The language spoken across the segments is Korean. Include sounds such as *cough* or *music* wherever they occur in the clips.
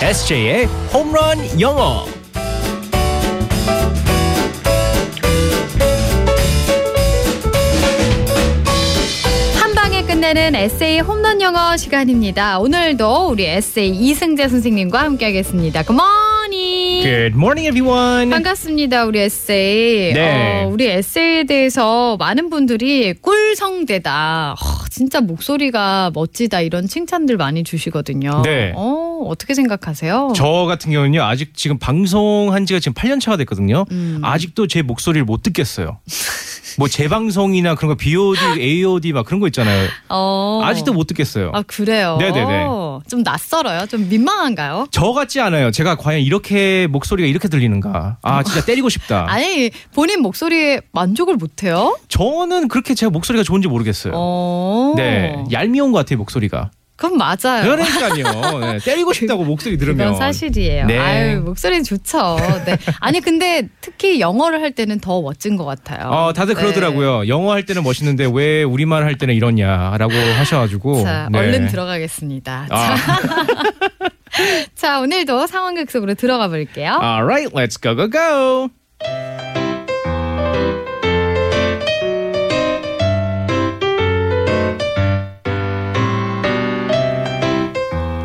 SJ의 홈런 영어. 한 방에 끝내는 에세이 홈런 영어 시간입니다. 오늘도 우리 에세이 이승재 선생님과 함께하겠습니다. Good morning. Good morning, everyone. 반갑습니다, 우리 에세이. 네. 어, 우리 에세이에 대해서 많은 분들이 꿀성대다. 허, 진짜 목소리가 멋지다 이런 칭찬들 많이 주시거든요. 네. 어, 어떻게 생각하세요? 저 같은 경우는요 아직 지금 방송한 지가 지금 8년 차가 됐거든요. 음. 아직도 제 목소리를 못 듣겠어요. 뭐 재방송이나 그런 거 *laughs* BOD, AOD 막 그런 거 있잖아요. 어. 아직도 못 듣겠어요. 아 그래요. 네네네. 좀 낯설어요. 좀 민망한가요? 저 같지 않아요. 제가 과연 이렇게 목소리가 이렇게 들리는가? 어. 아 진짜 때리고 *laughs* 싶다. 아니 본인 목소리에 만족을 못해요? 저는 그렇게 제가 목소리가 좋은지 모르겠어요. 어. 네, 얄미운 것 같아요 목소리가. 그건 맞아요. 그러니까요. 네, 때리고 싶다고 목소리 들으면. 네. 그건 사실이에요. 네. 아유 목소리는 좋죠. 네. 아니 근데 특히 영어를 할 때는 더 멋진 것 같아요. 어, 다들 네. 그러더라고요. 영어 할 때는 멋있는데 왜 우리말 할 때는 이러냐라고 하셔가지고. 자 네. 얼른 들어가겠습니다. 아, 자 오늘도 상황극 속으로 들어가 아. 볼게요. alright, let's go go go.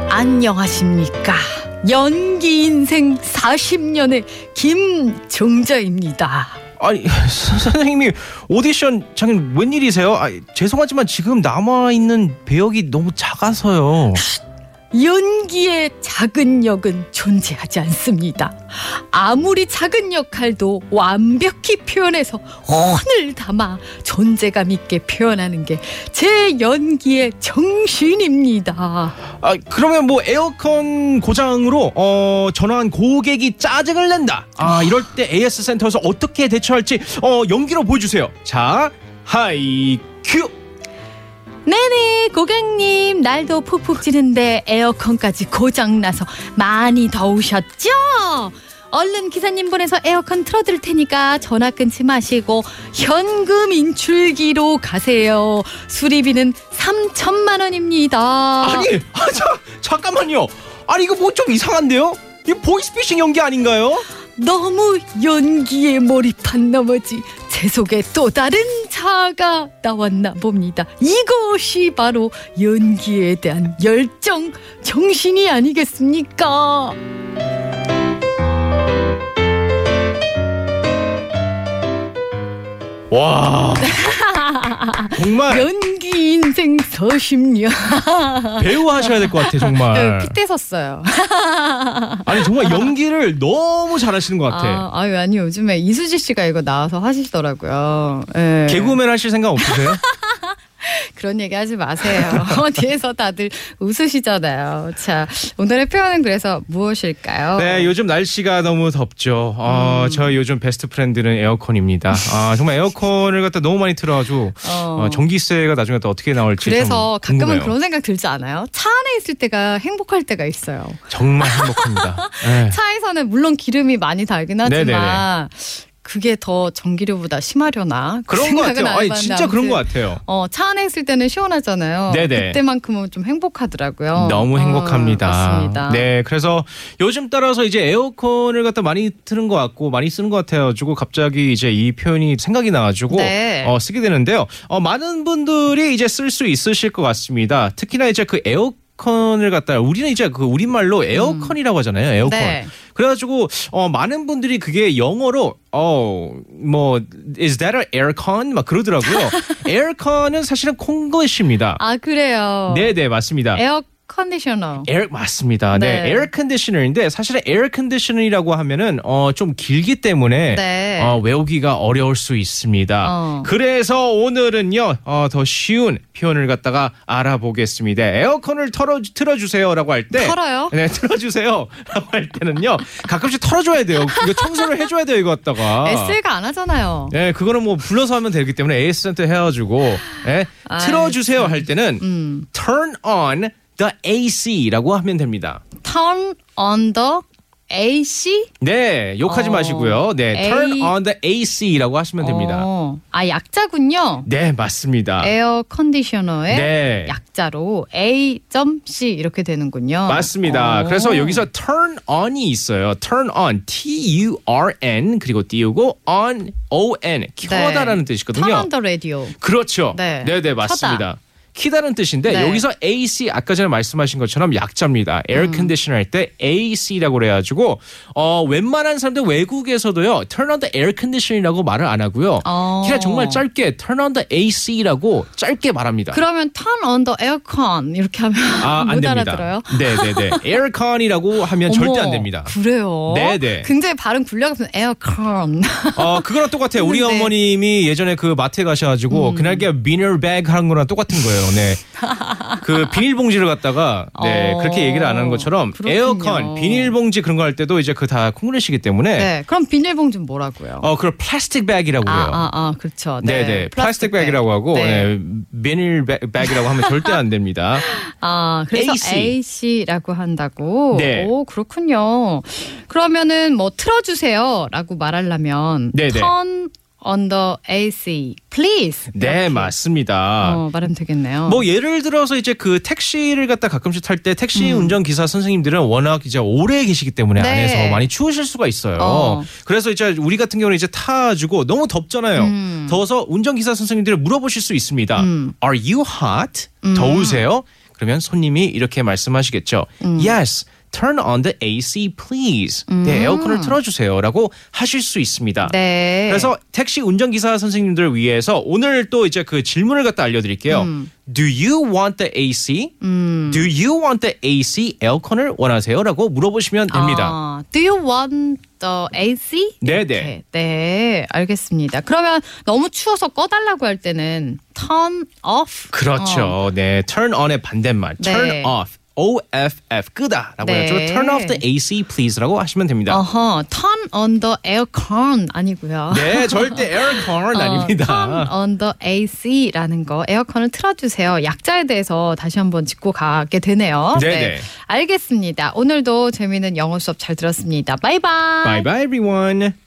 안녕하십니까. 연기 인생 40년의 김종자입니다. 아니 *laughs* 선- 선생님이 오디션 장인 웬일이세요? 아, 죄송하지만 지금 남아 있는 배역이 너무 작아서요. 연기의 작은 역은 존재하지 않습니다. 아무리 작은 역할도 완벽히 표현해서 혼을 담아 존재감 있게 표현하는 게 제 연기의 정신입니다. 아 그러면 뭐 에어컨 고장으로 어, 전화한 고객이 짜증을 낸다. 아 이럴 때 AS 센터에서 어떻게 대처할지 어, 연기로 보여주세요. 자 하이 큐. 네네, 고객님. 날도 푹푹 찌는데 에어컨까지 고장나서 많이 더우셨죠? 얼른 기사님 보내서 에어컨 틀어드릴 테니까 전화 끊지 마시고 현금 인출기로 가세요. 수리비는 3천만 원입니다. 아니 *laughs* 아, 자, 잠깐만요. 아니 이거 뭐 좀 이상한데요? 이 보이스피싱 연기 아닌가요? 너무 연기에 몰입한 나머지 제 속에 또 다른 자아가 나왔나 봅니다. 이것이 바로 연기에 대한 열정, 정신이 아니겠습니까? *laughs* 와 정말 연기 인생 40년. 배우 하셔야 될 것 같아 네. 정말. 네, 피때 섰어요. 아니 정말 연기를 너무 잘하시는 것 같아. 아, 아유, 아니, 요즘에 이수지 씨가 이거 나와서 하시더라고요. 예. 개그맨 하실 생각 없으세요? 그런 얘기 하지 마세요. *laughs* 뒤에서 다들 웃으시잖아요. 자, 오늘의 표현은 그래서 무엇일까요? 네, 요즘 날씨가 너무 덥죠. 어, 저 요즘 베스트 프렌드는 에어컨입니다. 아, 정말 에어컨을 갖다 너무 많이 틀어가지고 어. 어, 전기세가 나중에 또 어떻게 나올지 그래서 좀 가끔은 궁금해요. 그런 생각 들지 않아요? 차 안에 있을 때가 행복할 때가 있어요. 정말 *laughs* 행복합니다. 네. 차에서는 물론 기름이 많이 달긴 하지만 그게 더 전기료보다 심하려나? 그 그런 것 생각은 같아요. 안 아니 해봤는데 진짜 그런 아무튼 것 같아요. 어, 차 안에 있을 때는 시원하잖아요. 네네. 그때만큼은 좀 행복하더라고요. 너무 어, 행복합니다. 맞습니다. 네, 그래서 요즘 따라서 이제 에어컨을 갖다 많이 트는 것 같고 많이 쓰는 것 같아가지고 갑자기 이제 이 표현이 생각이 나가지고 네. 어, 쓰게 되는데요. 어, 많은 분들이 이제 쓸 수 있으실 것 같습니다. 특히나 이제 그 에어컨 을 갖다 우리는 이제 그 우리말로 에어컨이라고 하잖아요 에어컨 음. 네. 그래가지고 어, 많은 분들이 그게 영어로 어뭐 is that an aircon 막 *laughs* 그러더라고요 에어컨은 사실은 콩글리시입니다 아 그래요. 네네 맞습니다 에어 컨디셔너. 에어 맞습니다. 네, 네. 에어 컨디셔너인데 사실은 에어 컨디셔너라고 하면은 어, 좀 길기 때문에 네. 어, 외우기가 어려울 수 있습니다. 어. 그래서 오늘은요 어, 더 쉬운 표현을 갖다가 알아보겠습니다. 에어컨을 털어 틀어주세요라고 할 때 털어요? 네, 틀어주세요라고 *laughs* 할 때는요 가끔씩 털어줘야 돼요. 이거 청소를 해줘야 돼요 이거 갖다가. SL가 안 하잖아요. 아. 네, 그거는 뭐 불러서 하면 되기 때문에 AS 센터 헤어지고 예, 아이, 음. 틀어주세요 할 때는 turn on the AC라고 하면 됩니다. Turn on the AC. 네, 욕하지 어, 마시고요. 네, A- turn on the AC라고 하시면 됩니다. 어, 컨디셔너. 아, 약자군요. 네, 맞습니다. 에어 컨디셔너의 네. 약자로 A.C 이렇게 되는군요. 맞습니다. 오. 그래서 여기서 turn on이 있어요. turn on, T U R N 그리고 띄우고 on, O 네. N 켜다라는 뜻이거든요. Turn on the radio. 그렇죠. 네. 네, 네, 맞습니다. 키다는 뜻인데 네. 여기서 AC 아까 전에 말씀하신 것처럼 약자입니다. 에어 음. 컨디셔너 할 때 AC라고 그래 가지고 어 웬만한 사람들 외국에서도요. turn on the air condition이라고 말을 안 하고요. 어. 그냥 정말 짧게 turn on the AC라고 짧게 말합니다. 그러면 turn on the aircon 이렇게 하면 아, 못 안 됩니다. 알아들어요. 네, 네, *laughs* 네. 에어컨이라고 하면 절대 안 어머, 됩니다. 그래요? 네네. 굉장히 발음 굴려가 무슨 에어컨. 어, 그거랑 똑같아요. 우리 근데- 음. 어머님이 예전에 그 마트에 가셔가지고 그날게 비닐백 하는 거랑 똑같은 거예요. 네. *laughs* 그 비닐봉지를 갖다가 네 어, 그렇게 얘기를 안 하는 것처럼 그렇군요. 에어컨, 비닐봉지 그런 거 할 때도 이제 그 다 콩글리시기 때문에 *laughs* 네. 그럼 비닐봉지는 뭐라고요? 어 그걸 플라스틱 백이라고 해요. 아, 아, 아, 그렇죠. 네, 네. 플라스틱 백이라고 하고 네. 비닐 백- 백이라고 하면 절대 안 *laughs* 됩니다. 아, 그래서 AC. AC라고 한다고. 네. 오, 그렇군요. 그러면은 뭐 틀어주세요라고 말하려면 네네. turn on the AC, please. 네, 맞습니다. 어, 말하면 되겠네요. 뭐 예를 들어서 이제 그 택시를 갖다 가끔씩 탈 때 택시 운전 기사 선생님들은 워낙 이제 오래 계시기 때문에 음. 네. 안에서 많이 추우실 수가 있어요. 어. 그래서 이제 우리 같은 경우는 이제 타주고 너무 덥잖아요. 음. 더워서 운전 기사 선생님들이 물어보실 수 있습니다. 음. Are you hot? 더우세요? 그러면 손님이 이렇게 말씀하시겠죠. 음. Yes. Turn on the AC, please. 네, 에어컨을 틀어주세요라고 하실 수 있습니다. 네. 그래서 택시 운전기사 선생님들을 위해서 오늘 또 이제 그 질문을 갖다 알려드릴게요. 음. Do you want the AC? Do you want the AC? 에어컨을 원하세요?라고 물어보시면 됩니다. 아, do you want the AC? 네네. 이렇게. 네, 알겠습니다. 그러면 너무 추워서 꺼달라고 할 때는 turn off. 어, 그렇죠. 네, turn on의 반대말, 네. turn off. OFF 끄다라고 네. 해가지고 turn off the AC please라고 하시면 됩니다. 어허, turn on the aircon 아니고요. 네, 절대 에어컨 Turn 아닙니다. on the AC라는 거 에어컨을 틀어주세요. 약자에 대해서 다시 한번 짚고 가게 되네요. 네네. 알겠습니다. 오늘도 재미있는 영어 수업 잘 들었습니다. 바이바이. Bye bye everyone.